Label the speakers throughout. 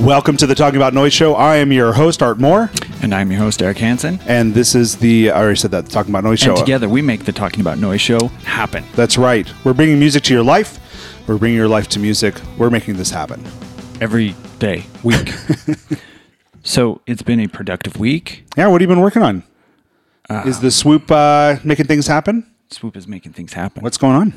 Speaker 1: Welcome to the Talking About Noise show. I am your host, Art Moore,
Speaker 2: And I'm your host, Eric Hansen.
Speaker 1: and this is the, I already said that, the Talking About Noise
Speaker 2: And
Speaker 1: show.
Speaker 2: together we make the Talking About Noise show happen.
Speaker 1: That's right. We're bringing music to your life. We're bringing your life to music. We're making this happen.
Speaker 2: Every day, week. so it's been a productive week.
Speaker 1: Yeah, what have you been working on? is the swoop uh, making things happen?
Speaker 2: Swoop is making things happen.
Speaker 1: What's going on?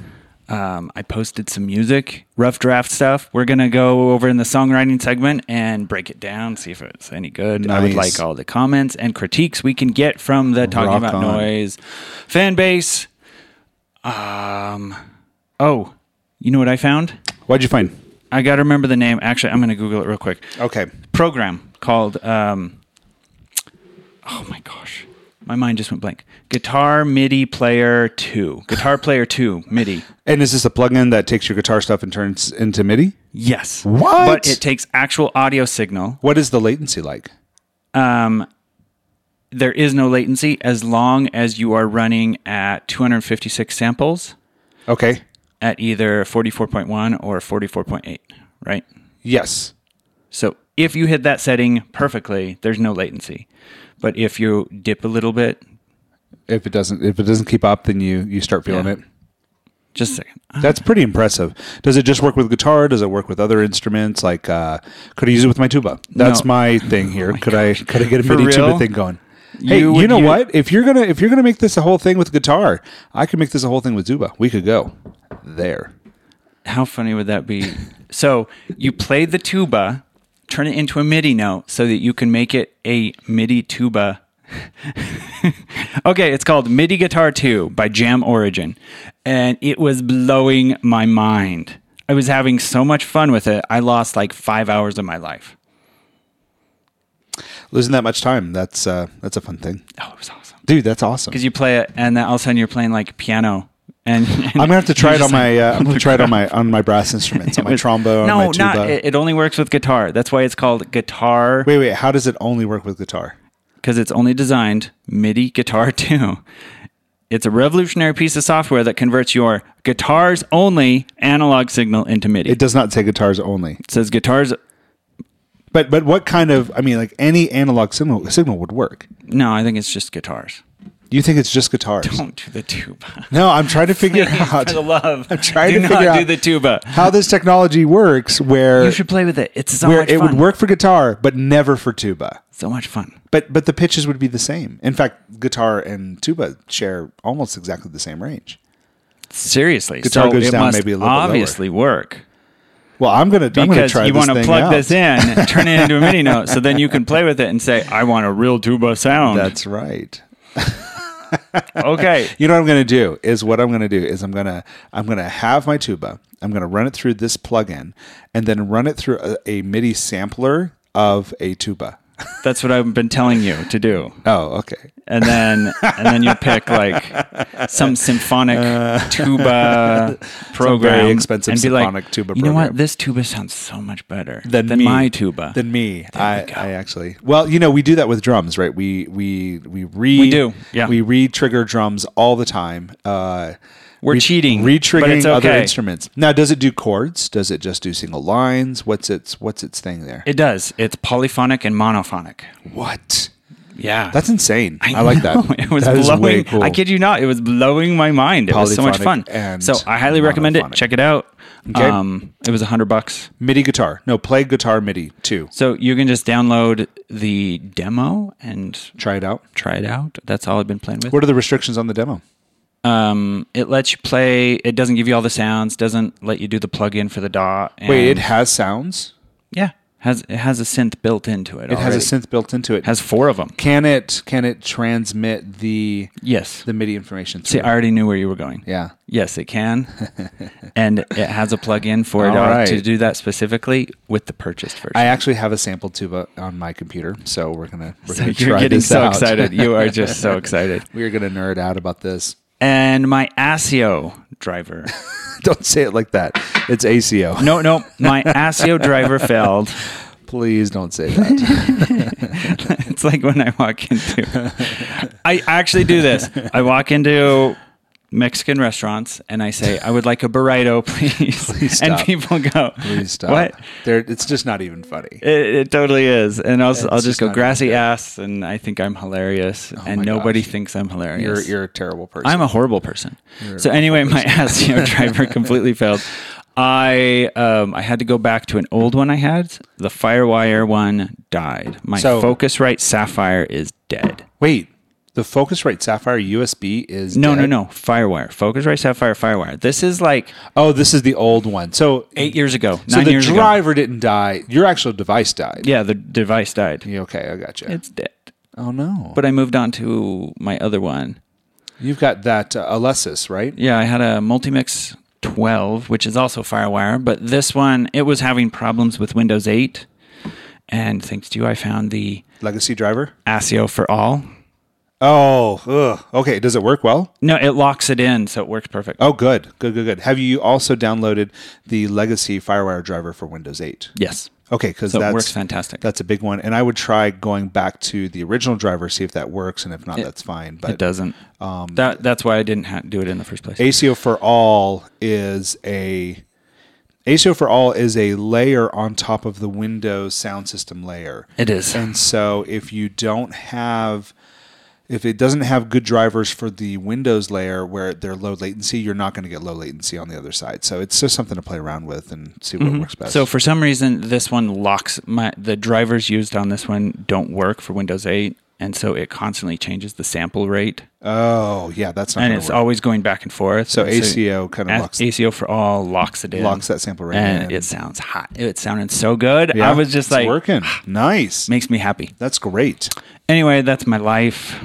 Speaker 2: Um, I posted some music, rough draft stuff. We're going to go over in the songwriting segment and break it down, see if it's any good. I would
Speaker 1: Nice.
Speaker 2: like all the comments and critiques we can get from the Talking
Speaker 1: Rock
Speaker 2: About
Speaker 1: on.
Speaker 2: Noise fan base. Um, oh, you know what I found?
Speaker 1: What'd you find?
Speaker 2: I got to remember the name. Actually, I'm going to Google it real quick.
Speaker 1: Okay.
Speaker 2: program called um, oh my gosh my mind just went blank guitar midi player 2 guitar player 2 midi
Speaker 1: And is this a plugin that takes your guitar stuff and turns into MIDI?
Speaker 2: yes
Speaker 1: What?
Speaker 2: but it takes actual audio signal
Speaker 1: What is the latency like?
Speaker 2: um, there is no latency as long as you are running at 256 samples
Speaker 1: Okay.
Speaker 2: at either 44.1 or 44.8 right
Speaker 1: Yes.
Speaker 2: So if you hit that setting perfectly, there's no latency. But if you dip a little bit,
Speaker 1: If it doesn't, if it doesn't keep up, then you you start feeling
Speaker 2: Yeah.
Speaker 1: it.
Speaker 2: just a second.
Speaker 1: That's pretty impressive. Does it just work with guitar? Does it work with other instruments? Like, uh, could I use it with my tuba? That's
Speaker 2: No. Oh
Speaker 1: my thing here. could I could I get a
Speaker 2: For
Speaker 1: MIDI tuba
Speaker 2: real?
Speaker 1: thing going? Hey,
Speaker 2: You
Speaker 1: you,
Speaker 2: would
Speaker 1: know
Speaker 2: u-
Speaker 1: what? If you're gonna if you're gonna make this a whole thing with guitar, I could make this a whole thing with tuba. We could go there.
Speaker 2: How funny would that be? so you play the tuba, turn it into a MIDI note so that you can make it a MIDI tuba. okay, it's called MIDI Guitar 2 by Jam Origin. And it was blowing my mind. I was having so much fun with it, I lost like five hours of my life.
Speaker 1: Losing that much time. That's uh, that's a fun thing,
Speaker 2: Oh, it was awesome.
Speaker 1: dude. That's awesome.
Speaker 2: Because you play it, and then all of a sudden you're playing like piano. And, and
Speaker 1: I'm gonna have to try it
Speaker 2: you're
Speaker 1: on
Speaker 2: just like,
Speaker 1: my. Uh, I'm gonna try it on my on my brass instruments, on my
Speaker 2: was-
Speaker 1: trombone,
Speaker 2: no,
Speaker 1: on my tuba.
Speaker 2: not it, it only works with guitar. That's why it's called guitar
Speaker 1: wait, wait. How does it only work with guitar?
Speaker 2: because it's only designed MIDI guitar too. It's a revolutionary piece of software that converts your guitars only analog signal into MIDI.
Speaker 1: It
Speaker 2: It
Speaker 1: does not say guitars only.
Speaker 2: says guitars.
Speaker 1: But but what kind of? I mean, like any analog signal signal would work.
Speaker 2: No, I think it's just guitars.
Speaker 1: You think it's just guitars?
Speaker 2: Don't do the tuba.
Speaker 1: No, I'm trying to figure
Speaker 2: For
Speaker 1: out
Speaker 2: the love,
Speaker 1: I'm trying
Speaker 2: do
Speaker 1: to
Speaker 2: not
Speaker 1: figure
Speaker 2: do
Speaker 1: out-
Speaker 2: the tuba.
Speaker 1: how this technology works, where
Speaker 2: You should play with it. It's so
Speaker 1: where
Speaker 2: much
Speaker 1: it
Speaker 2: fun.
Speaker 1: would work for guitar, but never for tuba.
Speaker 2: So much fun.
Speaker 1: But but the pitches would be the same. In fact, guitar and tuba share almost exactly the same range.
Speaker 2: Seriously,
Speaker 1: Guitar
Speaker 2: so
Speaker 1: goes
Speaker 2: it
Speaker 1: down
Speaker 2: must
Speaker 1: maybe a little bit lower.
Speaker 2: obviously work.
Speaker 1: Well, I'm gonna I'm gonna
Speaker 2: because
Speaker 1: try
Speaker 2: you
Speaker 1: this
Speaker 2: want to
Speaker 1: thing
Speaker 2: plug
Speaker 1: out.
Speaker 2: this in, turn it into a MIDI note, so then you can play with it and say, "I want a real tuba sound."
Speaker 1: That's right.
Speaker 2: okay.
Speaker 1: You know what I'm going to do is what I'm going to do is I'm going to I'm going to have my tuba. I'm going to run it through this plugin and then run it through a, a MIDI sampler of a tuba.
Speaker 2: That's what I've been telling you to do,
Speaker 1: Oh, okay.
Speaker 2: and then and then you pick like some symphonic tuba program,
Speaker 1: Uh, very expensive
Speaker 2: and be like,
Speaker 1: symphonic tuba
Speaker 2: You know what?
Speaker 1: program."
Speaker 2: This tuba sounds so much better
Speaker 1: Than
Speaker 2: than
Speaker 1: me.
Speaker 2: my tuba.
Speaker 1: Than me, I,
Speaker 2: go.
Speaker 1: I actually. Well, you know, we do that with drums, right? We we we re
Speaker 2: We do, yeah.
Speaker 1: we re-trigger drums all the time. Uh,
Speaker 2: We're cheating, but
Speaker 1: re-triggering
Speaker 2: it's
Speaker 1: other
Speaker 2: okay.
Speaker 1: instruments. Now, does it do chords? Does it just do single lines? What's its what's its thing there?
Speaker 2: it does. It's polyphonic and monophonic.
Speaker 1: what?
Speaker 2: Yeah,
Speaker 1: That's insane. I, like that.
Speaker 2: know. It was
Speaker 1: That is
Speaker 2: blowing.
Speaker 1: way cool.
Speaker 2: I kid you not. It was blowing my mind. It was so much fun.
Speaker 1: Polyphonic and
Speaker 2: so I highly recommend it.
Speaker 1: monophonic.
Speaker 2: Check it out.
Speaker 1: Okay.
Speaker 2: Um, it was a hundred bucks.
Speaker 1: MIDI guitar. No, play guitar MIDI too.
Speaker 2: So you can just download the demo and
Speaker 1: Try it out.
Speaker 2: try it out. That's all I've been playing with.
Speaker 1: What are the restrictions on the demo?
Speaker 2: Um, it lets you play. It doesn't give you all the sounds. Doesn't let you do the plug-in for the DAW. And
Speaker 1: Wait, it has sounds.
Speaker 2: yeah, has it has a synth built into it.
Speaker 1: It has a synth built into it.
Speaker 2: Has four of them.
Speaker 1: can it can it transmit the
Speaker 2: Yes.
Speaker 1: the MIDI information?
Speaker 2: See,
Speaker 1: Through?
Speaker 2: I already knew where you were going.
Speaker 1: yeah.
Speaker 2: Yes, it can. and it has a plug-in for it
Speaker 1: All
Speaker 2: uh,
Speaker 1: right.
Speaker 2: to do that specifically with the purchased version.
Speaker 1: I actually have a sample tuba on my computer, so we're gonna we're
Speaker 2: so
Speaker 1: gonna
Speaker 2: you're
Speaker 1: try
Speaker 2: getting
Speaker 1: this
Speaker 2: so
Speaker 1: out.
Speaker 2: excited. You are just so excited.
Speaker 1: we're gonna nerd out about this.
Speaker 2: And my ASIO driver.
Speaker 1: Don't say it like that. It's ACO.
Speaker 2: No, no, my ASIO driver failed.
Speaker 1: Please don't say that.
Speaker 2: It's like when I walk into. I actually do this. I walk into Mexican restaurants and I say, I would like a burrito, please.
Speaker 1: Please
Speaker 2: and
Speaker 1: stop.
Speaker 2: people go,
Speaker 1: Please stop.
Speaker 2: What?
Speaker 1: There, it's just not even funny.
Speaker 2: It, it totally is. And I'll, I'll
Speaker 1: just
Speaker 2: just go
Speaker 1: not Oh
Speaker 2: grassy ass and I think I'm hilarious. and
Speaker 1: my
Speaker 2: nobody
Speaker 1: gosh.
Speaker 2: thinks I'm hilarious.
Speaker 1: You're you're a terrible person.
Speaker 2: I'm a horrible person. So anyway, my SEO driver completely failed. I um, I had to go back to an old one I had. The FireWire one died. My
Speaker 1: So-
Speaker 2: Focusrite Sapphire is dead.
Speaker 1: Wait, the Focusrite Sapphire USB is
Speaker 2: No,
Speaker 1: dead?
Speaker 2: no, no. FireWire. Focusrite Sapphire FireWire. This is like
Speaker 1: Oh, this is the old one. So
Speaker 2: eight years ago,
Speaker 1: so
Speaker 2: nine
Speaker 1: the
Speaker 2: years ago.
Speaker 1: driver didn't die. Your actual device died.
Speaker 2: Yeah, the device died.
Speaker 1: Yeah, Okay, I got you.
Speaker 2: It's dead.
Speaker 1: oh no, but
Speaker 2: But I moved on to my other one.
Speaker 1: you've got that uh, Alessis, right?
Speaker 2: Yeah, I had a Multimix 12, which is also FireWire, but this one it was having problems with Windows 8. And thanks to you, I found the
Speaker 1: Legacy driver.
Speaker 2: ASIO for all.
Speaker 1: Oh, ugh. okay. Does it work well?
Speaker 2: No, it locks it in, so it works perfect.
Speaker 1: Oh, good, good, good, good. Have you also downloaded the Legacy FireWire driver for Windows 8?
Speaker 2: Yes.
Speaker 1: Okay, because
Speaker 2: So it
Speaker 1: that's
Speaker 2: works fantastic.
Speaker 1: That's a big one, and I would try going back to the original driver, see if that works, and if not, that's fine. But
Speaker 2: It doesn't.
Speaker 1: Um,
Speaker 2: that that's why I didn't ha- do it in the first place.
Speaker 1: ACO for all is a ACO for all is a layer on top of the Windows sound system layer.
Speaker 2: It is.
Speaker 1: And so if you don't have if it doesn't have good drivers for the Windows layer where they're low latency, you're not going to get low latency on the other side. So it's just something to play around with and see what works best.
Speaker 2: Mm-hmm. So for some reason, this one locks my the drivers used on this one don't work for Windows 8, and so it constantly changes the sample rate,
Speaker 1: oh yeah, that's not
Speaker 2: and
Speaker 1: going
Speaker 2: it's
Speaker 1: to work.
Speaker 2: always going back and forth.
Speaker 1: So
Speaker 2: And
Speaker 1: ACO kind of
Speaker 2: A-
Speaker 1: locks
Speaker 2: ACO for all locks it in,
Speaker 1: locks that sample rate
Speaker 2: and
Speaker 1: in.
Speaker 2: it sounds hot. It sounded so good.
Speaker 1: Yeah,
Speaker 2: I was just
Speaker 1: it's
Speaker 2: like,
Speaker 1: working. nice.
Speaker 2: makes me happy.
Speaker 1: That's great.
Speaker 2: Anyway, that's my life.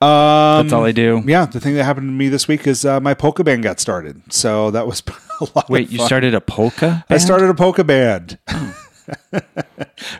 Speaker 1: Um,
Speaker 2: That's all I do.
Speaker 1: Yeah, the thing that happened to me this week is uh, my polka band got started. So that was a lot.
Speaker 2: Wait,
Speaker 1: of
Speaker 2: you
Speaker 1: fun.
Speaker 2: started a polka?
Speaker 1: I
Speaker 2: band?
Speaker 1: started a polka band.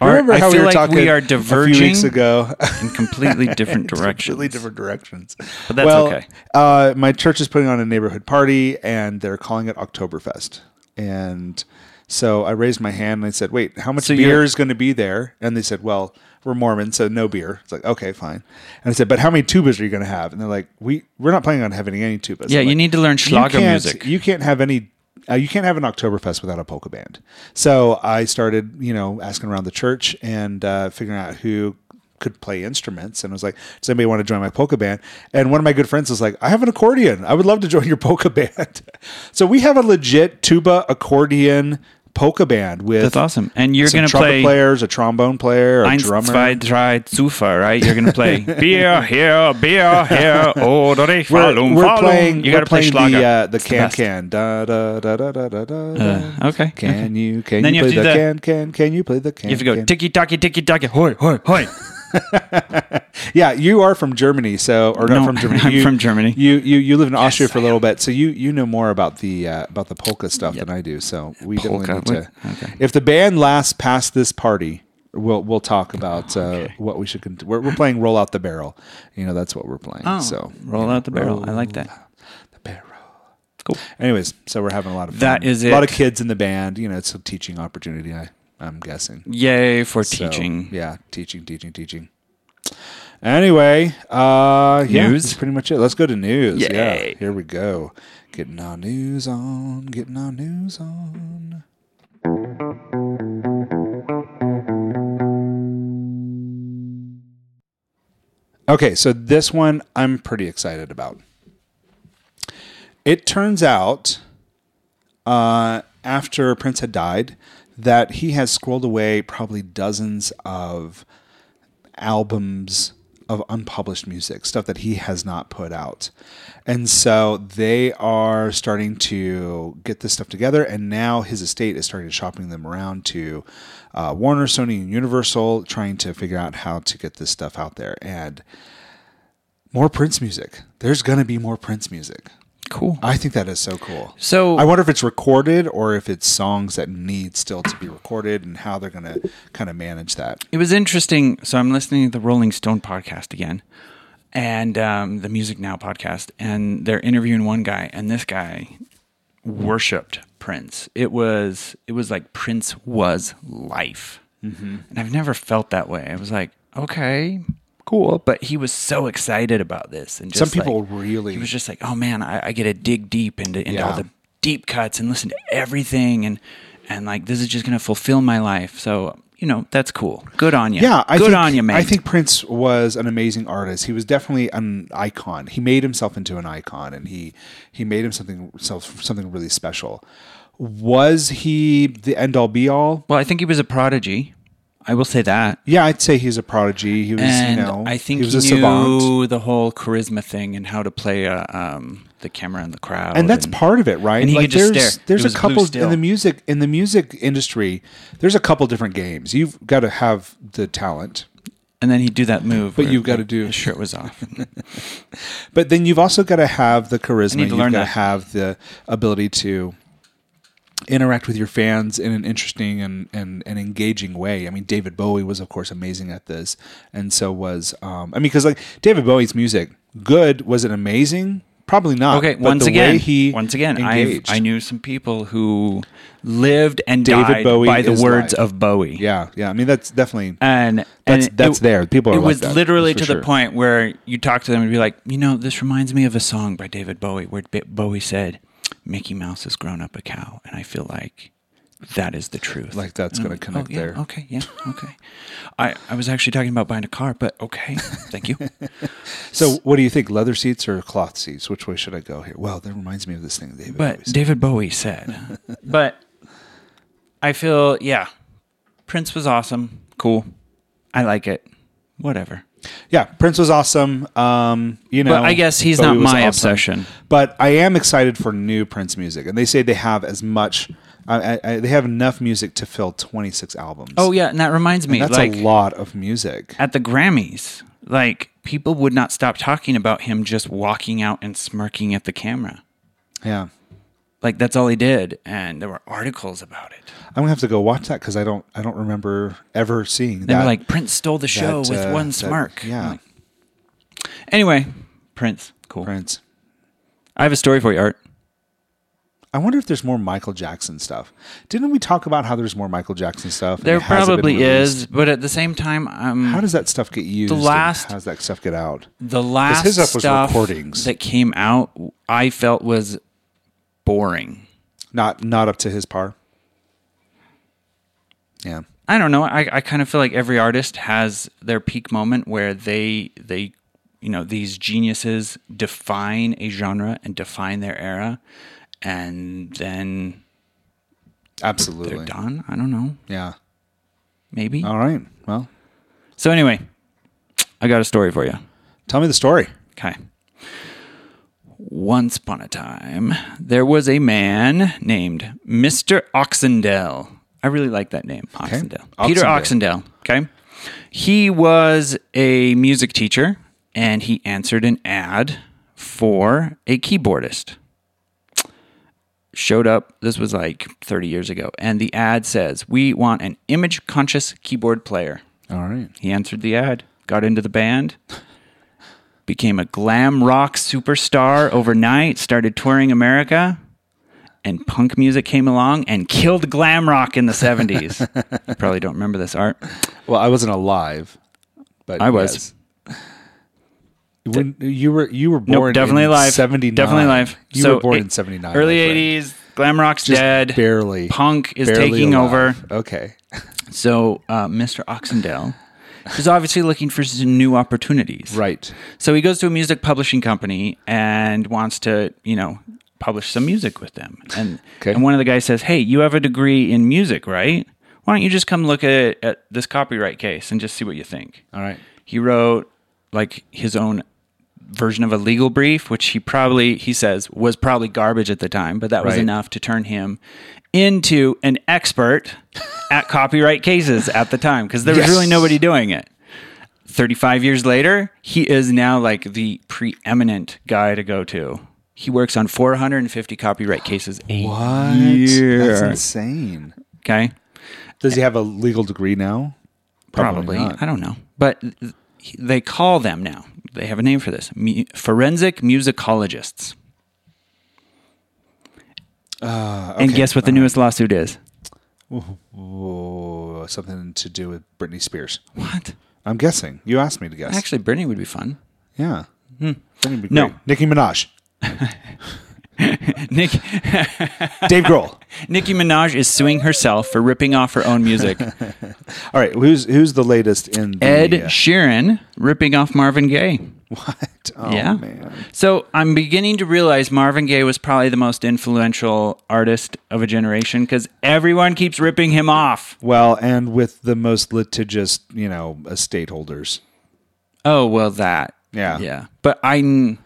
Speaker 2: Our-
Speaker 1: Remember
Speaker 2: I
Speaker 1: how we
Speaker 2: feel
Speaker 1: were
Speaker 2: like
Speaker 1: talking
Speaker 2: we are
Speaker 1: a few
Speaker 2: diverging
Speaker 1: weeks ago?
Speaker 2: in completely different directions.
Speaker 1: Completely different directions. But
Speaker 2: that's
Speaker 1: well,
Speaker 2: okay.
Speaker 1: Uh, my church is putting on a neighborhood party, and they're calling it Oktoberfest. And so I raised my hand and I said, "Wait, how much
Speaker 2: So
Speaker 1: beer
Speaker 2: you're-
Speaker 1: is going to be there?" And they said, "Well, we're Mormon, so no beer." It's like, okay, fine. And I said, "But how many tubas are you going to have?" And they're like, "We we're not planning on having any tubas."
Speaker 2: Yeah,
Speaker 1: I'm
Speaker 2: you
Speaker 1: like,
Speaker 2: need to learn Schlager
Speaker 1: can't-
Speaker 2: music.
Speaker 1: You can't have any. Uh, you can't have an Oktoberfest without a polka band. So I started, you know, asking around the church and uh, figuring out who could play instruments. And I was like, "Does anybody want to join my polka band?" And one of my good friends was like, "I have an accordion. I would love to join your polka band." so we have a legit tuba, accordion, polka band with
Speaker 2: That's awesome. And you're
Speaker 1: some
Speaker 2: going to
Speaker 1: trumpet
Speaker 2: play
Speaker 1: players, a trombone player, a
Speaker 2: Eins,
Speaker 1: drummer.
Speaker 2: zwei, drei, Zufa, right? You're going to play beer here, beer here, oder ich
Speaker 1: We're,
Speaker 2: fallum,
Speaker 1: we're
Speaker 2: fallum.
Speaker 1: playing.
Speaker 2: You
Speaker 1: we're
Speaker 2: got to play
Speaker 1: playing
Speaker 2: Schlager.
Speaker 1: the uh, the can
Speaker 2: best. Uh.
Speaker 1: can da da da da da da da. da.
Speaker 2: okay. okay.
Speaker 1: Can you can
Speaker 2: Mm-hmm. Then
Speaker 1: you,
Speaker 2: you have
Speaker 1: play
Speaker 2: to
Speaker 1: the,
Speaker 2: do
Speaker 1: can can can you play the can?
Speaker 2: You have to go
Speaker 1: can?
Speaker 2: ticky tacky ticky tacky hoi hoi hoi.
Speaker 1: yeah, you are from Germany, so or not
Speaker 2: No,
Speaker 1: from Germany.
Speaker 2: I'm
Speaker 1: you-
Speaker 2: from Germany.
Speaker 1: You you you live in Austria for a little bit, so you you know more about the uh, about the polka stuff than I do. So we
Speaker 2: Polka,
Speaker 1: definitely need to.
Speaker 2: what- okay.
Speaker 1: If the band lasts past this party, we'll we'll talk
Speaker 2: Oh,
Speaker 1: about uh, what we should. Cont- we're, we're playing "Roll Out the Barrel." You know that's what we're playing. so
Speaker 2: Oh,
Speaker 1: uh,
Speaker 2: roll out the barrel. I like that.
Speaker 1: the barrel.
Speaker 2: Cool.
Speaker 1: Anyways, so we're having a lot of fun.
Speaker 2: That is
Speaker 1: a lot
Speaker 2: it.
Speaker 1: of kids in the band. You know, it's a teaching opportunity. I I'm guessing.
Speaker 2: Yay for
Speaker 1: So,
Speaker 2: teaching.
Speaker 1: yeah, teaching, teaching, teaching. Anyway, uh, yeah,
Speaker 2: News?
Speaker 1: that's pretty much it. Let's go to news.
Speaker 2: Yay.
Speaker 1: Yeah, here we go. Getting our news on. Getting our news on. Okay, so this one I'm pretty excited about. It turns out uh, after Prince had died that he has scrolled away probably dozens of albums of unpublished music, stuff that he has not put out. And so they are starting to get this stuff together. And now his estate is starting to shopping them around to uh, Warner, Sony, and Universal, trying to figure out how to get this stuff out there. And more Prince music. There's going to be more Prince music.
Speaker 2: Cool.
Speaker 1: I think that is so cool.
Speaker 2: So-
Speaker 1: I wonder if it's recorded or if it's songs that need still to be recorded and how they're going to kind of manage that.
Speaker 2: It was interesting. So I'm listening to the Rolling Stone podcast again, and um, the Music Now podcast, and they're interviewing one guy, and this guy worshipped Prince. It was it was like
Speaker 1: Mm-hmm.
Speaker 2: Prince was life, and I've never felt that way. I was like, okay, cool. But he was so excited about this, and just
Speaker 1: Some people
Speaker 2: like-
Speaker 1: really
Speaker 2: he was just like, oh man, I, I get to dig deep into into all
Speaker 1: Yeah.
Speaker 2: the deep cuts and listen to everything, and and like this is just gonna fulfill my life. So you know that's cool. Good on you.
Speaker 1: Yeah, I
Speaker 2: good
Speaker 1: think,
Speaker 2: on you, man.
Speaker 1: I think Prince was an amazing artist. He was definitely an icon. He made himself into an icon, and he he made him something self, something really special. Was he the end all be all?
Speaker 2: Well, I think he was a prodigy. I will say that.
Speaker 1: Yeah, I'd say he's a prodigy. He was,
Speaker 2: and
Speaker 1: you know,
Speaker 2: I think
Speaker 1: he was a
Speaker 2: knew
Speaker 1: savant,
Speaker 2: the whole charisma thing and how to play uh, um, the camera and the crowd.
Speaker 1: and that's part of it, right?
Speaker 2: and he could just
Speaker 1: there's
Speaker 2: stare.
Speaker 1: there's
Speaker 2: It was
Speaker 1: a
Speaker 2: blue
Speaker 1: couple
Speaker 2: still.
Speaker 1: in the music in the music industry. There's a couple different games. You've got to have the talent.
Speaker 2: And then he'd do that move.
Speaker 1: But
Speaker 2: where
Speaker 1: you've gotta do-
Speaker 2: his shirt was off.
Speaker 1: But then you've also got to have the charisma.
Speaker 2: need to
Speaker 1: You've
Speaker 2: learn
Speaker 1: got to
Speaker 2: that.
Speaker 1: have the ability to interact with your fans in an interesting and, and, and engaging way. I mean, David Bowie was, of course, amazing at this, and so was um, I mean, because like David Bowie's music, good was it amazing? Probably not.
Speaker 2: okay,
Speaker 1: But
Speaker 2: once
Speaker 1: the
Speaker 2: again,
Speaker 1: way he
Speaker 2: once again, I
Speaker 1: engaged.
Speaker 2: I knew some people who lived and
Speaker 1: David
Speaker 2: died
Speaker 1: Bowie
Speaker 2: by the
Speaker 1: is
Speaker 2: words
Speaker 1: life.
Speaker 2: of Bowie.
Speaker 1: yeah, yeah. I mean, that's definitely
Speaker 2: And, and
Speaker 1: That's-
Speaker 2: it-
Speaker 1: that's there. People are
Speaker 2: It
Speaker 1: like
Speaker 2: was
Speaker 1: that,
Speaker 2: literally
Speaker 1: for
Speaker 2: to
Speaker 1: sure.
Speaker 2: the point where you talk to them and be like, you know, this reminds me of a song by David Bowie where B- Bowie said, "Mickey Mouse has grown up a cow," and I feel like that is the truth.
Speaker 1: Like that's
Speaker 2: And
Speaker 1: gonna
Speaker 2: I'm like,
Speaker 1: connect
Speaker 2: oh, yeah,
Speaker 1: there."
Speaker 2: Okay, yeah, okay. I I was actually talking about buying a car, but okay, thank you.
Speaker 1: so. What do you think, leather seats or cloth seats? Which way should I go here? Well, that reminds me of this thing, David.
Speaker 2: But
Speaker 1: Bowie said.
Speaker 2: David Bowie said. but I feel, yeah, Prince was awesome. Cool. I like it. Whatever.
Speaker 1: yeah, Prince was awesome. Um, you know,
Speaker 2: But I guess he's
Speaker 1: Bowie
Speaker 2: not
Speaker 1: was
Speaker 2: my
Speaker 1: awesome.
Speaker 2: obsession.
Speaker 1: But I am excited for new Prince music, and they say they have as much. I, I, I- they have enough music to fill 26 albums.
Speaker 2: Oh, yeah. And that reminds me,
Speaker 1: that's
Speaker 2: like,
Speaker 1: a lot of music.
Speaker 2: at the Grammys, like, people would not stop talking about him just walking out and smirking at the camera.
Speaker 1: Yeah,
Speaker 2: Like, that's all he did. And there were articles about it.
Speaker 1: I'm gonna have to go watch that because I don't I don't remember ever seeing
Speaker 2: They
Speaker 1: that.
Speaker 2: were like, Prince stole the show
Speaker 1: that,
Speaker 2: with
Speaker 1: uh,
Speaker 2: one
Speaker 1: that-
Speaker 2: smirk.
Speaker 1: yeah,
Speaker 2: I'm like, anyway, Prince. Cool.
Speaker 1: Prince.
Speaker 2: I have a story for you, Art.
Speaker 1: I wonder if there's more Michael Jackson stuff. Didn't we talk about how there's more Michael Jackson stuff? and
Speaker 2: There
Speaker 1: it hasn't been
Speaker 2: probably
Speaker 1: released?
Speaker 2: is, but at the same time, um,
Speaker 1: How does that stuff get used? and
Speaker 2: last-
Speaker 1: how does that stuff get out?
Speaker 2: the last
Speaker 1: his stuff was
Speaker 2: stuff
Speaker 1: recordings.
Speaker 2: that came out, I felt was boring.
Speaker 1: Not not up to his par. Yeah.
Speaker 2: I don't know. I, I kind of feel like every artist has their peak moment where they they you know these geniuses define a genre and define their era, and then
Speaker 1: Absolutely.
Speaker 2: they're done. I don't know.
Speaker 1: Yeah.
Speaker 2: Maybe.
Speaker 1: All right. Well,
Speaker 2: So anyway, I got a story for you.
Speaker 1: tell me the story.
Speaker 2: Okay. Once upon a time, there was a man named Mr. Oxendale. I really like that name, Oxendale. Peter
Speaker 1: Oxendale.
Speaker 2: Oxendale. Okay. He was a music teacher and he answered an ad for a keyboardist. Showed up, this was like 30 years ago, and the ad says, We want an image conscious keyboard player.
Speaker 1: All right.
Speaker 2: He answered the ad, got into the band, became a glam rock superstar overnight, started touring America, and punk music came along and killed glam rock in the 70s. you probably don't remember this art.
Speaker 1: Well, I wasn't alive, but
Speaker 2: I was.
Speaker 1: yes. When you were you were
Speaker 2: Nope,
Speaker 1: born
Speaker 2: definitely
Speaker 1: in
Speaker 2: alive.
Speaker 1: 79.
Speaker 2: Definitely alive.
Speaker 1: You
Speaker 2: So
Speaker 1: were born
Speaker 2: it-
Speaker 1: in 79.
Speaker 2: Early
Speaker 1: my friend.
Speaker 2: 80s, glam rock's
Speaker 1: Just
Speaker 2: dead.
Speaker 1: barely.
Speaker 2: Punk is
Speaker 1: barely
Speaker 2: taking
Speaker 1: alive.
Speaker 2: over.
Speaker 1: Okay.
Speaker 2: So, uh, Mr. Oxendale is obviously looking for some new opportunities.
Speaker 1: Right.
Speaker 2: So he goes to a music publishing company and wants to, you know, publish some music with them. And
Speaker 1: Okay.
Speaker 2: and one of the guys says, "Hey, you have a degree in music, right? Why don't you just come look at, at this copyright case and just see what you think?"
Speaker 1: All right.
Speaker 2: He wrote like his own version of a legal brief, which he probably he says was probably garbage at the time, but that was
Speaker 1: Right.
Speaker 2: enough to turn him into an expert at copyright cases at the time because there
Speaker 1: Yes.
Speaker 2: was really nobody doing it. 35 years later, he is now like the preeminent guy to go to. He works on 450 copyright cases a
Speaker 1: What? That's
Speaker 2: year.
Speaker 1: insane.
Speaker 2: Okay.
Speaker 1: Does he have a legal degree now?
Speaker 2: Probably.
Speaker 1: not.
Speaker 2: I don't know. But th- they call them now. They have a name for this mu- forensic musicologists. And
Speaker 1: Uh, okay.
Speaker 2: guess what the newest lawsuit is?
Speaker 1: Whoa, something to do with Britney Spears.
Speaker 2: What?
Speaker 1: I'm guessing. You asked me to guess.
Speaker 2: Actually, Britney would be fun.
Speaker 1: yeah. That'd be
Speaker 2: No.
Speaker 1: great. Nicki Minaj.
Speaker 2: Nick,
Speaker 1: Dave Grohl.
Speaker 2: Nicki Minaj is suing herself for ripping off her own music.
Speaker 1: All right, who's who's the latest in the,
Speaker 2: Ed
Speaker 1: uh,
Speaker 2: Sheeran ripping off Marvin Gaye.
Speaker 1: what? Oh
Speaker 2: yeah.
Speaker 1: man.
Speaker 2: So I'm beginning to realize Marvin Gaye was probably the most influential artist of a generation because everyone keeps ripping him off.
Speaker 1: Well, and with the most litigious, you know, estate holders.
Speaker 2: Oh well, that.
Speaker 1: Yeah.
Speaker 2: Yeah. But I,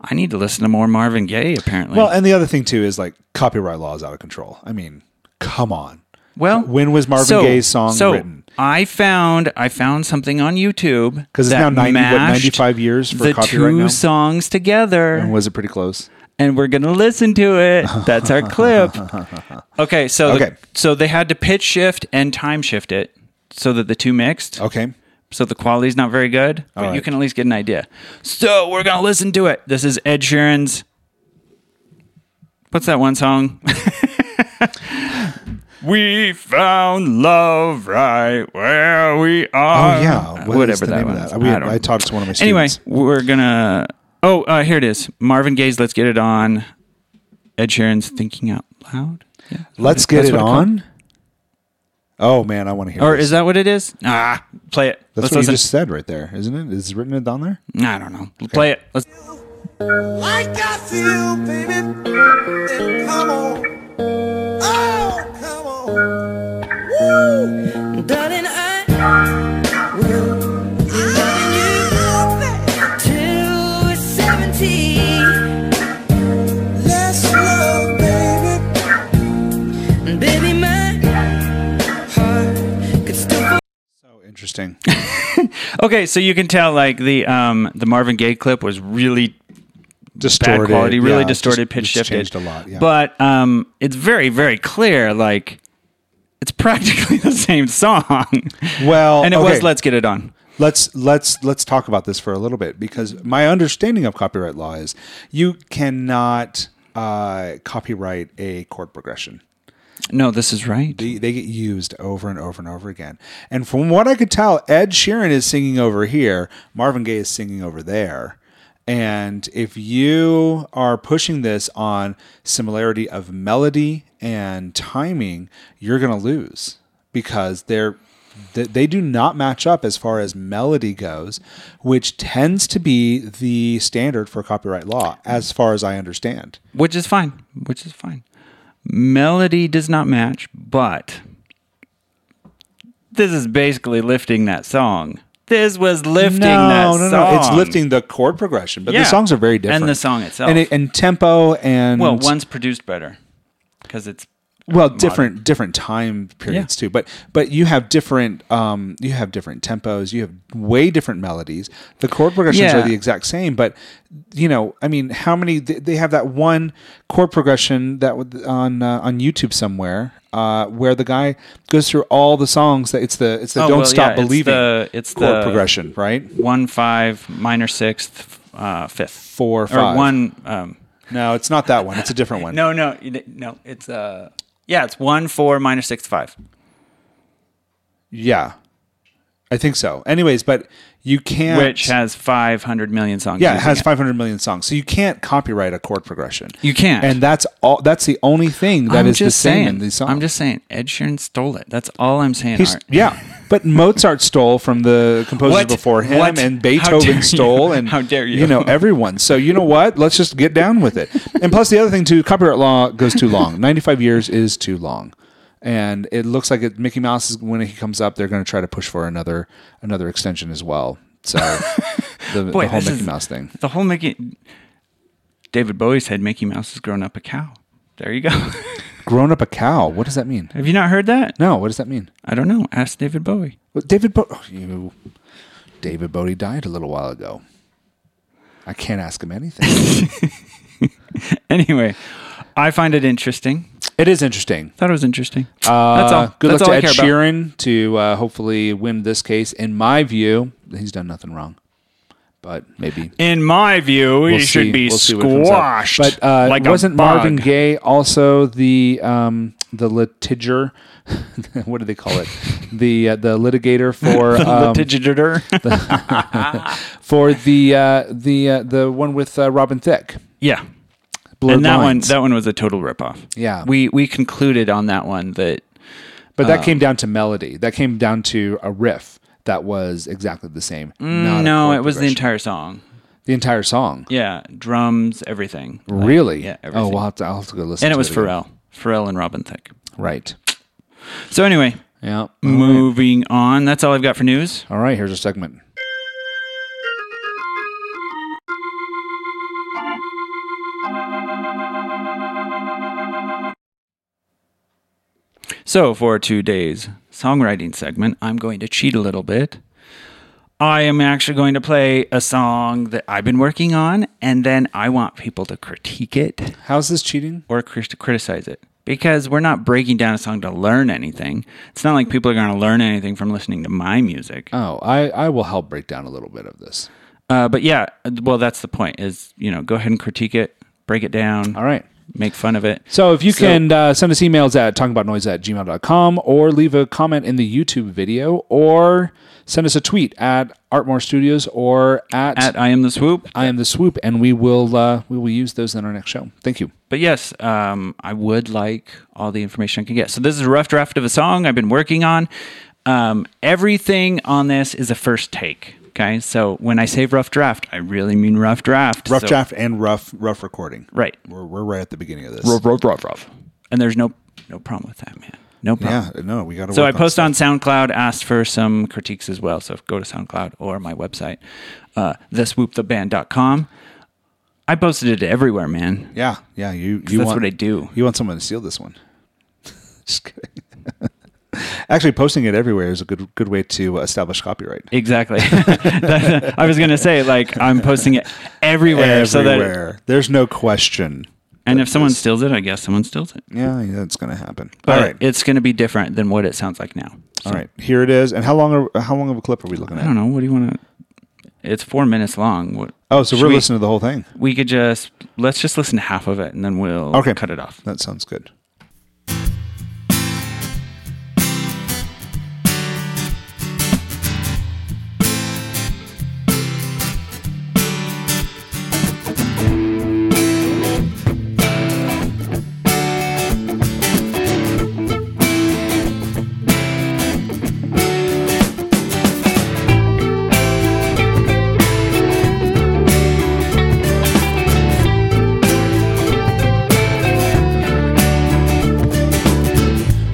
Speaker 2: I need to listen to more Marvin Gaye. Apparently.
Speaker 1: Well, and the other thing too is like copyright law is out of control. I mean, come on.
Speaker 2: Well,
Speaker 1: when was Marvin
Speaker 2: so-
Speaker 1: Gaye's song
Speaker 2: so
Speaker 1: written?
Speaker 2: I found I found something on YouTube
Speaker 1: 'Cause it's
Speaker 2: that
Speaker 1: now 90 what,
Speaker 2: mashed
Speaker 1: 95 years for
Speaker 2: the
Speaker 1: copyright
Speaker 2: two
Speaker 1: now?
Speaker 2: songs together,
Speaker 1: And
Speaker 2: and,
Speaker 1: was it pretty close?
Speaker 2: we're gonna listen to it. That's our clip. Okay, so the-
Speaker 1: Okay.
Speaker 2: so they had to pitch shift and time shift it so that the two mixed.
Speaker 1: Okay.
Speaker 2: So the quality's not very good, but you
Speaker 1: right.
Speaker 2: can at least get an idea. So we're gonna listen to it. This is Ed Sheeran's. What's that one song? we found love right where we are.
Speaker 1: Oh yeah. What is the
Speaker 2: Uh, whatever that
Speaker 1: name
Speaker 2: one.
Speaker 1: of that?
Speaker 2: is.
Speaker 1: We
Speaker 2: I
Speaker 1: had-
Speaker 2: don't-
Speaker 1: I, taught it to one of my
Speaker 2: anyway,
Speaker 1: students.
Speaker 2: we're gonna. Oh, uh, here it is. Marvin Gaye's "Let's Get It On." Ed Sheeran's "Thinking Out Loud." Yeah.
Speaker 1: Let's get
Speaker 2: That's
Speaker 1: it
Speaker 2: what called-
Speaker 1: on. Oh man, I want to hear.
Speaker 2: Or
Speaker 1: this.
Speaker 2: is that what it is? Ah, play it.
Speaker 1: That's
Speaker 2: Let's
Speaker 1: what
Speaker 2: listen.
Speaker 1: you just said right there, isn't it? Is written it down there?
Speaker 2: I don't know. Play it. Let's.
Speaker 3: Like I feel, baby. Then come on. Oh, come on.
Speaker 4: Darling, I will be loving you till seventy.
Speaker 3: Let's love, baby.
Speaker 4: Baby, my heart could still.
Speaker 1: So interesting.
Speaker 2: Okay, so you can tell like the um the Marvin Gaye clip was really bad
Speaker 1: distorted
Speaker 2: quality, really
Speaker 1: yeah,
Speaker 2: distorted,
Speaker 1: just-
Speaker 2: pitch
Speaker 1: just
Speaker 2: shifted.
Speaker 1: Changed a lot. Yeah.
Speaker 2: But um it's very very clear like it's practically the same song.
Speaker 1: well,
Speaker 2: and it
Speaker 1: okay.
Speaker 2: was let's get it on.
Speaker 1: let's let's let's talk about this for a little bit because my understanding of copyright law is you cannot uh, copyright a chord progression.
Speaker 2: No, this is right.
Speaker 1: They, they get used over and over and over again. And from what I could tell, Ed Sheeran is singing over here, Marvin Gaye is singing over there. And if you are pushing this on similarity of melody and timing, you're going to lose because they're they, they do not match up as far as melody goes, which tends to be the standard for copyright law, as far as I understand.
Speaker 2: Which is fine. Which is fine. Melody does not match, but this is basically lifting that song. This was lifting that song.
Speaker 1: It's lifting the chord progression, but
Speaker 2: Yeah.
Speaker 1: the songs are very
Speaker 2: And
Speaker 1: different.
Speaker 2: the song itself.
Speaker 1: and, it, and tempo, and
Speaker 2: Well, one's produced better because it's
Speaker 1: well, different different time periods too. But but you have different um you have different tempos. You have way different melodies. The chord progressions
Speaker 2: Yeah.
Speaker 1: are the exact same, but you know, I mean, how many th- they have that one chord progression that would on uh, on YouTube somewhere. Uh, where the guy goes through all the songs that it's the it's the
Speaker 2: Oh,
Speaker 1: don't
Speaker 2: well, yeah,
Speaker 1: stop
Speaker 2: it's
Speaker 1: believing
Speaker 2: the- it's
Speaker 1: chord
Speaker 2: the-
Speaker 1: progression right
Speaker 2: one five minor sixth uh, fifth
Speaker 1: Four,
Speaker 2: or
Speaker 1: five.
Speaker 2: one. Um,
Speaker 1: no it's not that one it's a different one
Speaker 2: no, no, you di- no. It's uh, yeah, it's one four minor sixth five.
Speaker 1: Yeah, I think so. Anyways, but you can't.
Speaker 2: Which has five hundred million songs.
Speaker 1: yeah, it
Speaker 2: using
Speaker 1: has 500 million songs, so you can't copyright a chord progression.
Speaker 2: You can't.
Speaker 1: and that's all. That's the only thing that is
Speaker 2: I'm
Speaker 1: the
Speaker 2: just
Speaker 1: same
Speaker 2: saying.
Speaker 1: in these songs.
Speaker 2: I'm just saying. Ed Sheeran stole it. That's all I'm saying.
Speaker 1: He's-
Speaker 2: Art.
Speaker 1: yeah, but Mozart stole from the composers
Speaker 2: What?
Speaker 1: before him,
Speaker 2: What? How
Speaker 1: and
Speaker 2: dare you.
Speaker 1: Beethoven stole, and
Speaker 2: How dare you.
Speaker 1: know everyone. So you know what? Let's just get down with it. And plus, the other thing too, copyright law goes too long. Ninety-five years is too long, and it looks like it, Mickey Mouse is when he comes up, they're going to try to push for another another extension as well. So the, the
Speaker 2: Boy,
Speaker 1: whole
Speaker 2: this
Speaker 1: Mickey
Speaker 2: is-
Speaker 1: Mouse thing.
Speaker 2: The whole Mickey. David Bowie said Mickey Mouse has grown up a cow. There you go.
Speaker 1: Grown up a cow. What does that mean?
Speaker 2: Have you not heard that?
Speaker 1: No, what does that mean?
Speaker 2: I don't know. Ask David Bowie.
Speaker 1: Well, David Bo- oh, you, David Bodie died a little while ago. I can't ask him anything.
Speaker 2: Anyway, I find it interesting.
Speaker 1: It is interesting.
Speaker 2: Thought it was interesting. That's
Speaker 1: Uh,
Speaker 2: all.
Speaker 1: Good
Speaker 2: That's
Speaker 1: luck to
Speaker 2: all I
Speaker 1: Ed
Speaker 2: care about.
Speaker 1: Sheeran to uh, hopefully win this case. In my view, he's done nothing wrong, but maybe
Speaker 2: In my view,
Speaker 1: We'll
Speaker 2: he should
Speaker 1: see-
Speaker 2: be
Speaker 1: we'll see what comes up.
Speaker 2: squashed.
Speaker 1: But uh,
Speaker 2: like
Speaker 1: wasn't
Speaker 2: a bug.
Speaker 1: Marvin Gaye also the um, the litiger what do they call it? The uh, the litigator for um,
Speaker 2: Litigator.
Speaker 1: for the uh, the uh, the one with uh, Robin Thicke.
Speaker 2: yeah.
Speaker 1: Blurred
Speaker 2: and that
Speaker 1: Lines.
Speaker 2: one that one was a total ripoff.
Speaker 1: Yeah.
Speaker 2: We uh, we concluded on that one that
Speaker 1: but that came down to melody. That came down to a riff that was exactly the same. not a
Speaker 2: no,
Speaker 1: chord
Speaker 2: it was the
Speaker 1: progression.
Speaker 2: entire song.
Speaker 1: the entire song.
Speaker 2: Yeah, drums, everything. Like,
Speaker 1: Really?
Speaker 2: yeah, everything.
Speaker 1: oh, we'll have to, I'll have to go listen.
Speaker 2: and
Speaker 1: to
Speaker 2: it was
Speaker 1: again.
Speaker 2: Pharrell. Pharrell and Robin Thicke.
Speaker 1: Right.
Speaker 2: So anyway,
Speaker 1: Yeah.
Speaker 2: moving on. That's all I've got for news.
Speaker 1: All right. Here's a segment.
Speaker 2: So for today's songwriting segment, I'm going to cheat a little bit. I am actually going to play a song that I've been working on, and then I want people to critique it
Speaker 1: How's this cheating?
Speaker 2: or cri- to criticize it because we're not breaking down a song to learn anything. It's not like people are going to learn anything from listening to my music.
Speaker 1: Oh, I I will help break down a little bit of this.
Speaker 2: Uh, but yeah, well, that's the point. Is you know, go ahead and critique it, break it down,
Speaker 1: All right.
Speaker 2: make fun of it.
Speaker 1: So if you can uh, send us emails at talkingaboutnoise at gmail.com or leave a comment in the YouTube video or send us a tweet at Artmore Studios or at,
Speaker 2: at I am the swoop.
Speaker 1: I am the swoop and we will uh, we will use those in our next show. Thank you.
Speaker 2: But yes, um, I would like all the information I can get. So this is a rough draft of a song I've been working on. Um, everything on this is a first take. Okay, so when I say rough draft, I really mean rough draft.
Speaker 1: Rough
Speaker 2: So-
Speaker 1: draft and rough rough recording.
Speaker 2: right?
Speaker 1: We're, we're right at the beginning of this.
Speaker 2: And there's no no problem with that, man. No problem.
Speaker 1: Yeah, no, we got to.
Speaker 2: So I post on SoundCloud, asked for some critiques as well. So go to SoundCloud or my website, uh, theswooptheband.com. I posted it everywhere, man.
Speaker 1: Yeah, yeah. You you
Speaker 2: that's
Speaker 1: want,
Speaker 2: what I do.
Speaker 1: You want someone to steal this one? Just kidding. Actually, posting it everywhere is a good good way to establish copyright.
Speaker 2: Exactly. That- I was going to say, like, I'm posting it everywhere, so that,
Speaker 1: Everywhere. There's no question.
Speaker 2: and if someone steals it, I guess someone steals it.
Speaker 1: Yeah, yeah, it's going to happen.
Speaker 2: But
Speaker 1: All right,
Speaker 2: it's going to be different than what it sounds like now.
Speaker 1: all right. Here it is. And how long? Are, how long of a clip are we looking
Speaker 2: I don't
Speaker 1: at?
Speaker 2: know. What do you want to? It's four minutes long. What,
Speaker 1: Oh, so
Speaker 2: should
Speaker 1: we're
Speaker 2: we-
Speaker 1: listening to the whole thing.
Speaker 2: We could just let's just listen to half of it, and then we'll
Speaker 1: Okay,
Speaker 2: cut it off.
Speaker 1: That sounds good.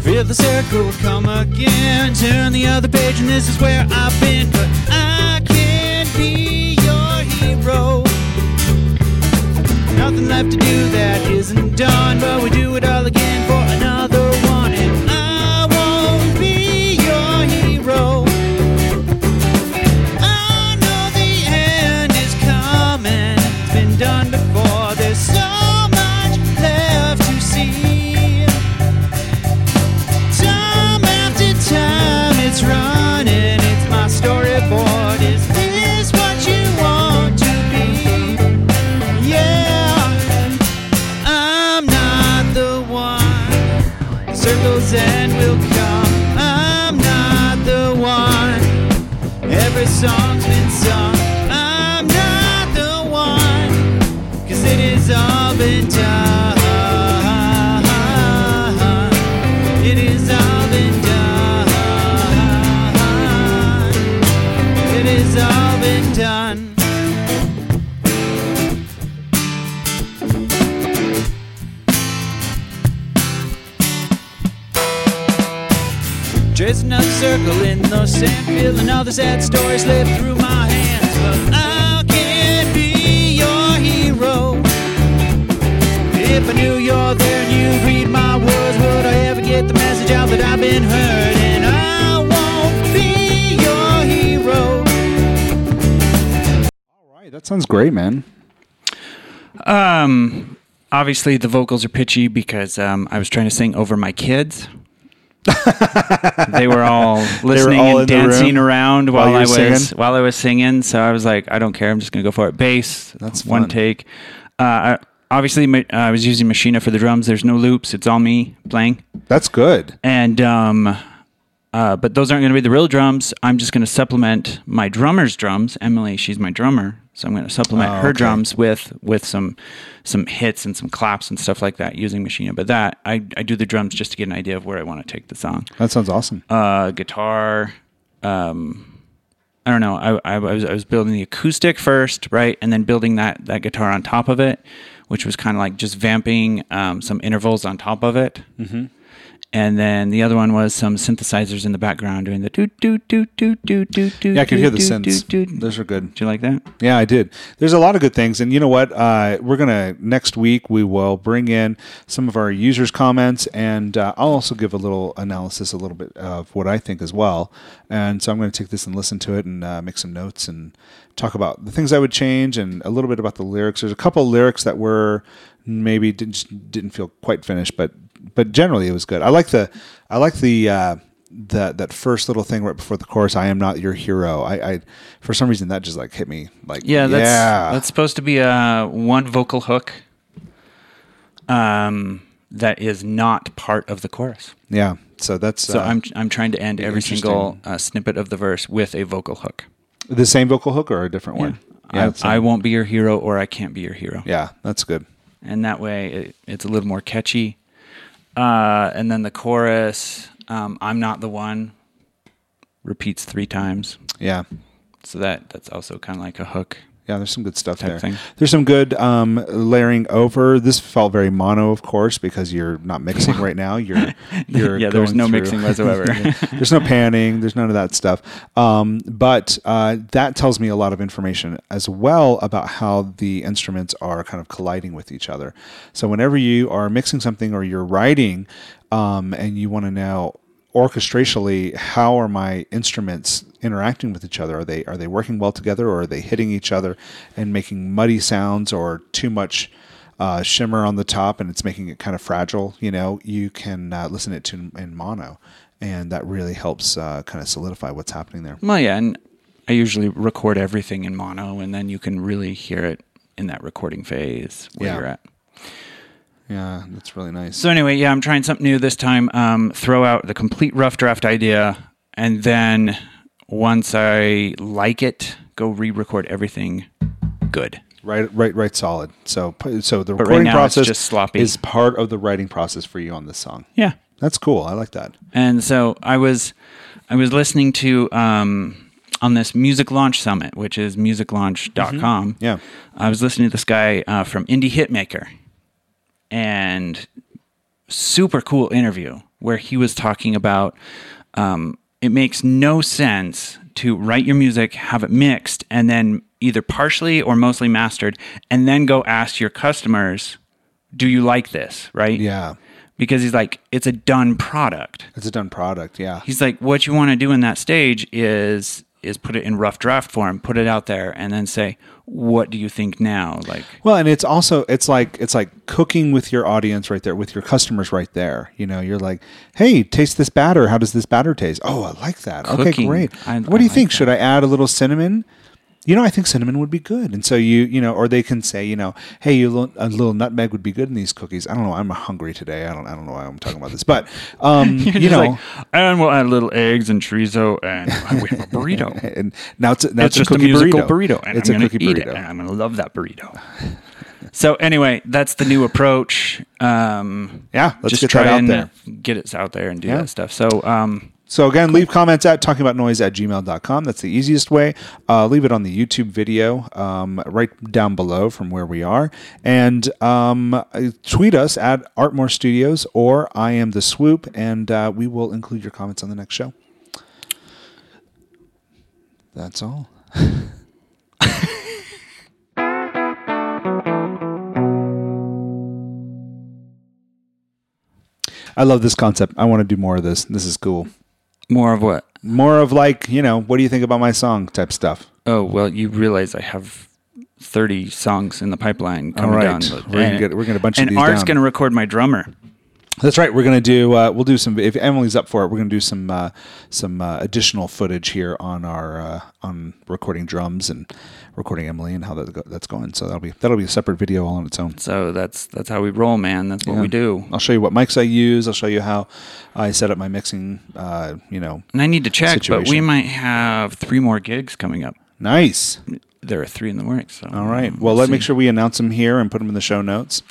Speaker 5: Feel the circle come again. Turn the other page, and this is where I've been. But I can't be your hero. Nothing left to do that isn't done. But we do it all again for another one. And I won't be your hero. I know the end is coming. It's been done before. There's so much left to see. Time after time, it's running. It's my storyboard. Is this what you want to be? Yeah, I'm not the one. Circles and will come. I'm not the one. Every song's been sung. I'm not the one. Cause it has all been done. It is all been done. It is all been done. Trace another circle in the sand, feel another sad story slip through my hands. But I can't be your hero. If I knew you're there and you'd read my words, would I ever get the message out that I've been heard? And I won't be your hero.
Speaker 1: All right, that sounds great, man.
Speaker 2: Um, obviously the vocals are pitchy because um, I was trying to sing over my kids. they were all listening
Speaker 1: all in
Speaker 2: and
Speaker 1: the
Speaker 2: dancing
Speaker 1: room
Speaker 2: around
Speaker 1: while
Speaker 2: while,
Speaker 1: you
Speaker 2: I
Speaker 1: were
Speaker 2: was
Speaker 1: singing?
Speaker 2: while I was singing. So I was like, I don't care. I'm just gonna go for it. Bass.
Speaker 1: That's
Speaker 2: one
Speaker 1: fun.
Speaker 2: take. Uh, I, obviously ma- I was using Machina for the drums. There's no loops. It's all me playing.
Speaker 6: That's good.
Speaker 2: And um, uh, but those aren't going to be the real drums. I'm just going to supplement my drummer's drums. Emily, she's my drummer, so I'm going to supplement
Speaker 6: Oh,
Speaker 2: her
Speaker 6: okay.
Speaker 2: drums with with some some hits and some claps and stuff like that using Machina. But that I I do the drums just to get an idea of where I want to take the song
Speaker 6: That sounds awesome.
Speaker 2: uh, guitar. Um, I don't know. I, I, I was I was building the acoustic first, right, and then building that that guitar on top of it, which was kind of like just vamping um, some intervals on top of it. Mm-hmm. And then the other one was some synthesizers in the background doing the do do do do do do do.
Speaker 6: yeah, I could
Speaker 2: do,
Speaker 6: hear the
Speaker 2: do,
Speaker 6: synths.
Speaker 2: do, do.
Speaker 6: Those are good.
Speaker 2: Did you like that?
Speaker 6: Yeah, I did. There's a lot of good things, and you know what? Uh, we're gonna next week we will bring in some of our users' comments, and uh, I'll also give a little analysis, a little bit of what I think as well. And so I'm going to take this and listen to it, and uh, make some notes, and talk about the things I would change, and a little bit about the lyrics. There's a couple of lyrics that were maybe didn't just didn't feel quite finished, but but generally it was good. I like the I like the. Uh, that that first little thing right before the chorus i am not your hero i i for some reason that just like hit me like
Speaker 2: Yeah, that's that's supposed to be a one vocal hook. Um, that is not part of the chorus.
Speaker 6: yeah so that's
Speaker 2: So
Speaker 6: uh,
Speaker 2: I'm I'm trying to end every
Speaker 6: interesting.
Speaker 2: single uh, snippet of the verse with a vocal hook.
Speaker 6: the same vocal hook or a different one
Speaker 2: I,
Speaker 6: so-
Speaker 2: I won't be your hero, or I can't be your hero.
Speaker 6: yeah that's good
Speaker 2: And that way, it, it's a little more catchy. Uh, and then the chorus, um, "I'm not the one," repeats three times.
Speaker 6: yeah
Speaker 2: So that that's also kind of like a hook.
Speaker 6: yeah there's some good stuff
Speaker 2: Type
Speaker 6: there
Speaker 2: thing.
Speaker 6: there's some good um layering over this felt very mono of course because you're not mixing right now you're you're
Speaker 2: yeah, there's
Speaker 6: going
Speaker 2: no
Speaker 6: through-
Speaker 2: mixing whatsoever.
Speaker 6: there's no panning there's none of that stuff um, but uh, that tells me a lot of information as well about how the instruments are kind of colliding with each other so whenever you are mixing something or you're writing um, and you want to know orchestrationally how are my instruments interacting with each other are they are they working well together or are they hitting each other and making muddy sounds or too much uh, shimmer on the top and it's making it kind of fragile, you know, you can uh, listen it to in mono, and that really helps uh, kind of solidify what's happening there.
Speaker 2: well, yeah, and I usually record everything in mono, and then you can really hear it in that recording phase where
Speaker 6: Yeah.
Speaker 2: you're at.
Speaker 6: Yeah, that's really nice.
Speaker 2: So anyway, yeah, I'm trying something new this time. Um, throw out the complete rough draft idea, and then once I like it, go re-record everything. Good.
Speaker 6: right, right, right, solid. So, pu- so the
Speaker 2: right
Speaker 6: recording
Speaker 2: now it's
Speaker 6: process
Speaker 2: just sloppy.
Speaker 6: is part of the writing process for you on this song.
Speaker 2: Yeah.
Speaker 6: That's cool. I like that.
Speaker 2: And so I was, I was listening to um, on this music launch summit, which is musiclaunch.com.
Speaker 6: Mm-hmm. Yeah.
Speaker 2: I was listening to this guy uh, from Indie Hitmaker, and super cool interview where he was talking about um, it makes no sense to write your music, have it mixed, and then either partially or mostly mastered, and then go ask your customers, "Do you like this?" Right?
Speaker 6: Yeah,
Speaker 2: Because he's like, it's a done product
Speaker 6: it's a done product. Yeah,
Speaker 2: he's like what you want to do in that stage is is put it in rough draft form put it out there and then say what do you think now like
Speaker 6: Well, and it's also it's like it's like cooking with your audience right there, with your customers right there. You know, you're like, hey, taste this batter. How does this batter taste? Oh, I like that. Okay,
Speaker 2: Cooking.
Speaker 6: great.
Speaker 2: I-
Speaker 6: what
Speaker 2: I
Speaker 6: do you
Speaker 2: like
Speaker 6: think?
Speaker 2: that.
Speaker 6: Should I add a little cinnamon? You know, I think cinnamon would be good. And so you, you know, or they can say, you know, hey, you little, a little nutmeg would be good in these cookies. I don't know. I'm hungry today. I don't. I don't know why I'm talking about this, but um, you
Speaker 2: Just
Speaker 6: know.
Speaker 2: like, and we'll add little eggs and chorizo and we have a burrito
Speaker 6: and now it's, a- now
Speaker 2: it's
Speaker 6: it's,
Speaker 2: just
Speaker 6: a
Speaker 2: a
Speaker 6: cookie
Speaker 2: musical burrito,
Speaker 6: burrito.
Speaker 2: and
Speaker 6: it's
Speaker 2: I'm
Speaker 6: a
Speaker 2: gonna
Speaker 6: cookie
Speaker 2: eat
Speaker 6: burrito.
Speaker 2: it, and I'm gonna love that burrito. so anyway, that's the new approach. Um,
Speaker 6: Yeah, let's
Speaker 2: just
Speaker 6: get
Speaker 2: try
Speaker 6: that out
Speaker 2: and
Speaker 6: there.
Speaker 2: Get it out there and do
Speaker 6: Yeah.
Speaker 2: that stuff. So um,
Speaker 6: So again, leave comments at talkingaboutnoise at gmail.com. That's the easiest way. Uh, leave it on the YouTube video um, right down below from where we are. And um, uh, tweet us at Artmore Studios or I am the swoop, and uh, we will include your comments on the next show. That's all. I love this concept. I want to do more of this. This is cool.
Speaker 2: more of what?
Speaker 6: More of like, you know, what do you think about my song type stuff.
Speaker 2: Oh well, you realize I have thirty songs in the pipeline coming
Speaker 6: All right.
Speaker 2: down.
Speaker 6: We're gonna get- we're gonna bunch of
Speaker 2: and
Speaker 6: these
Speaker 2: Art's
Speaker 6: down.
Speaker 2: going to record my drummer.
Speaker 6: That's right. We're gonna do. Uh, we'll do some. If Emily's up for it, we're gonna do some uh, some uh, additional footage here on our uh, on recording drums and recording Emily and how that go, that's going. So that'll be that'll be a separate video all on its own.
Speaker 2: So that's that's how we roll, man. That's what we do.
Speaker 6: I'll show you what mics I use. I'll show you how I set up my mixing. Uh, you know,
Speaker 2: And I need to check, but we
Speaker 6: Situation.
Speaker 2: might have three more gigs coming up.
Speaker 6: nice.
Speaker 2: There are three in the works. So,
Speaker 6: All right. Well, let's make sure we announce them here and put them in the show notes,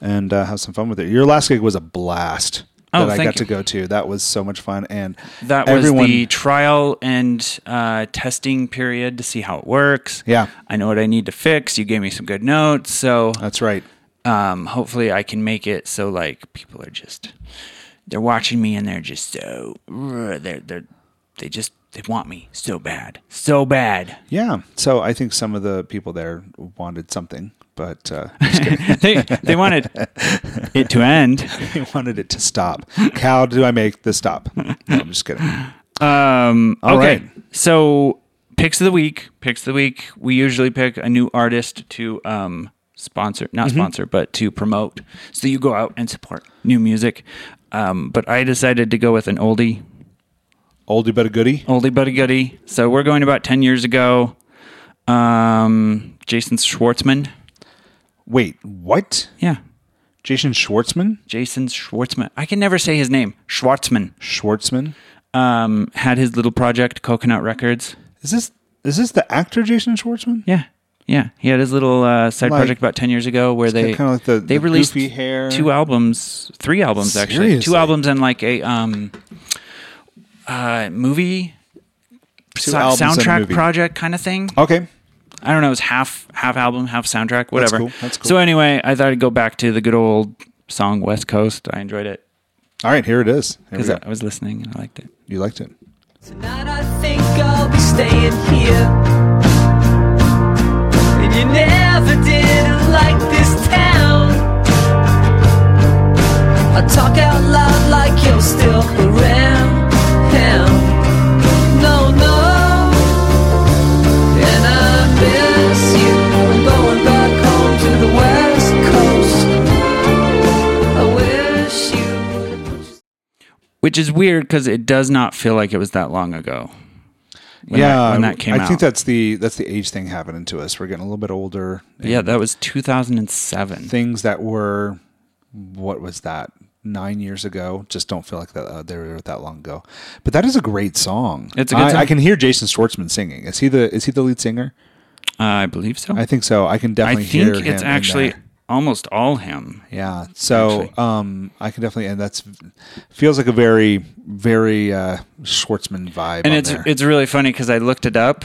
Speaker 6: and uh, have some fun with it. Your last gig was a blast.
Speaker 2: Oh,
Speaker 6: that I
Speaker 2: thank
Speaker 6: got
Speaker 2: you.
Speaker 6: to go to. That was so much fun, and
Speaker 2: That was the trial and uh, testing period to see how it works.
Speaker 6: Yeah.
Speaker 2: I know what I need to fix. You gave me some good notes, so
Speaker 6: That's right.
Speaker 2: um, hopefully I can make it so like people are just they're watching me and they're just so uh, they're they're they just they want me so bad, so bad.
Speaker 6: Yeah. So I think some of the people there wanted something, but uh,
Speaker 2: they they wanted it to end.
Speaker 6: they wanted it to stop. How do I make this stop? No, I'm just kidding.
Speaker 2: Um,
Speaker 6: All
Speaker 2: okay.
Speaker 6: right.
Speaker 2: So picks of the week, picks of the week. We usually pick a new artist to um, sponsor, not sponsor, but to promote. So you go out and support new music. Um, but I decided to go with an oldie,
Speaker 6: Oldie but a goodie.
Speaker 2: oldie but a goodie. So we're going about ten years ago. Um, Jason Schwartzman.
Speaker 6: Wait, what?
Speaker 2: Yeah,
Speaker 6: Jason Schwartzman?
Speaker 2: Jason Schwartzman. I can never say his name. Schwartzman
Speaker 6: Schwartzman?
Speaker 2: um, had his little project, Coconut Records.
Speaker 6: Is this is this the actor Jason Schwartzman?
Speaker 2: Yeah, yeah. He had his little uh, side
Speaker 6: Like-
Speaker 2: project about ten years ago where they
Speaker 6: kinda like the-
Speaker 2: they
Speaker 6: the
Speaker 2: released
Speaker 6: goofy hair.
Speaker 2: two albums, three albums actually, two
Speaker 6: Seriously?
Speaker 2: albums and like a um, uh, movie. sou-
Speaker 6: albums and a
Speaker 2: soundtrack
Speaker 6: movie.
Speaker 2: project kind of thing.
Speaker 6: Okay.
Speaker 2: I don't know. It was half half album, half soundtrack, whatever.
Speaker 6: cool, that's cool.
Speaker 2: So anyway, I thought I'd go back to the good old song West Coast. I enjoyed it
Speaker 6: All right, here it is. Here we
Speaker 2: because
Speaker 6: go.
Speaker 2: I was listening and I liked it.
Speaker 6: You liked it.
Speaker 5: Tonight I think I'll be staying here. And you never did like this town. I talk out loud like you're still around. No, no. And I miss you. I'm going back home to the west coast. I wish you would put
Speaker 2: Which is weird because it does not feel like it was that long ago. When
Speaker 6: yeah,
Speaker 2: that, when that came
Speaker 6: I
Speaker 2: out.
Speaker 6: think that's the that's the age thing happening to us. We're getting a little bit older.
Speaker 2: Yeah, that was 2007.
Speaker 6: Things that were what was that? 9 years ago just don't feel like that uh, they were that long ago. But that is a great song.
Speaker 2: It's a good
Speaker 6: I, I
Speaker 2: song.
Speaker 6: can hear Jason Schwartzman singing. Is he the is he the lead singer?
Speaker 2: uh, I believe so.
Speaker 6: I think so. I can
Speaker 2: I
Speaker 6: definitely hear
Speaker 2: think
Speaker 6: him
Speaker 2: it's
Speaker 6: in
Speaker 2: actually
Speaker 6: there.
Speaker 2: almost all him.
Speaker 6: yeah. So
Speaker 2: actually.
Speaker 6: um, I can definitely and that's feels like a very very uh, Schwartzman vibe.
Speaker 2: And
Speaker 6: on
Speaker 2: it's
Speaker 6: there.
Speaker 2: it's really funny because I looked it up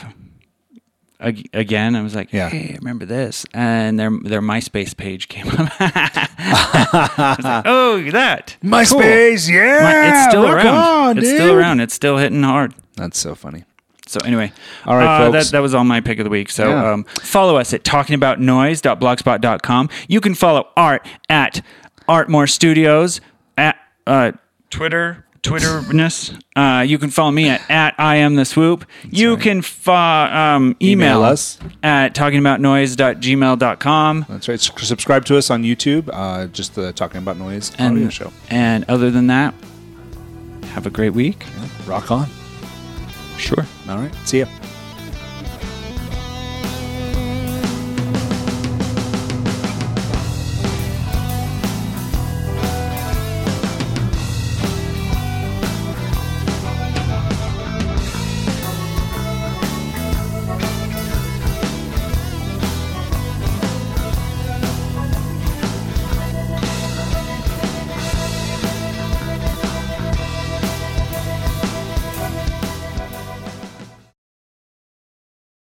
Speaker 2: ag- again. I was like,
Speaker 6: Yeah.
Speaker 2: hey, I remember this? And their their MySpace page came up. I was like, oh, that.
Speaker 6: MySpace, yeah,
Speaker 2: My- it's still
Speaker 6: rock
Speaker 2: around.
Speaker 6: on,
Speaker 2: it's
Speaker 6: dude.
Speaker 2: still around. It's still hitting hard.
Speaker 6: That's so funny.
Speaker 2: So anyway,
Speaker 6: All
Speaker 2: uh,
Speaker 6: right, folks.
Speaker 2: That, that was all my pick of the week. So
Speaker 6: Yeah.
Speaker 2: um, follow us at talkingaboutnoise.blogspot.com. You can follow Art at Artmore Studios at uh, Twitter. Twitterness. Uh, you can follow me at, at I am the swoop. you can fa- um, email,
Speaker 6: Email us.
Speaker 2: at talkingaboutnoise.gmail.com.
Speaker 6: That's right. S- subscribe to us on YouTube. Uh, just the talking about noise audio
Speaker 2: And,
Speaker 6: show.
Speaker 2: and other than that, have a great week.
Speaker 6: Rock on.
Speaker 2: Sure.
Speaker 6: All right. See ya.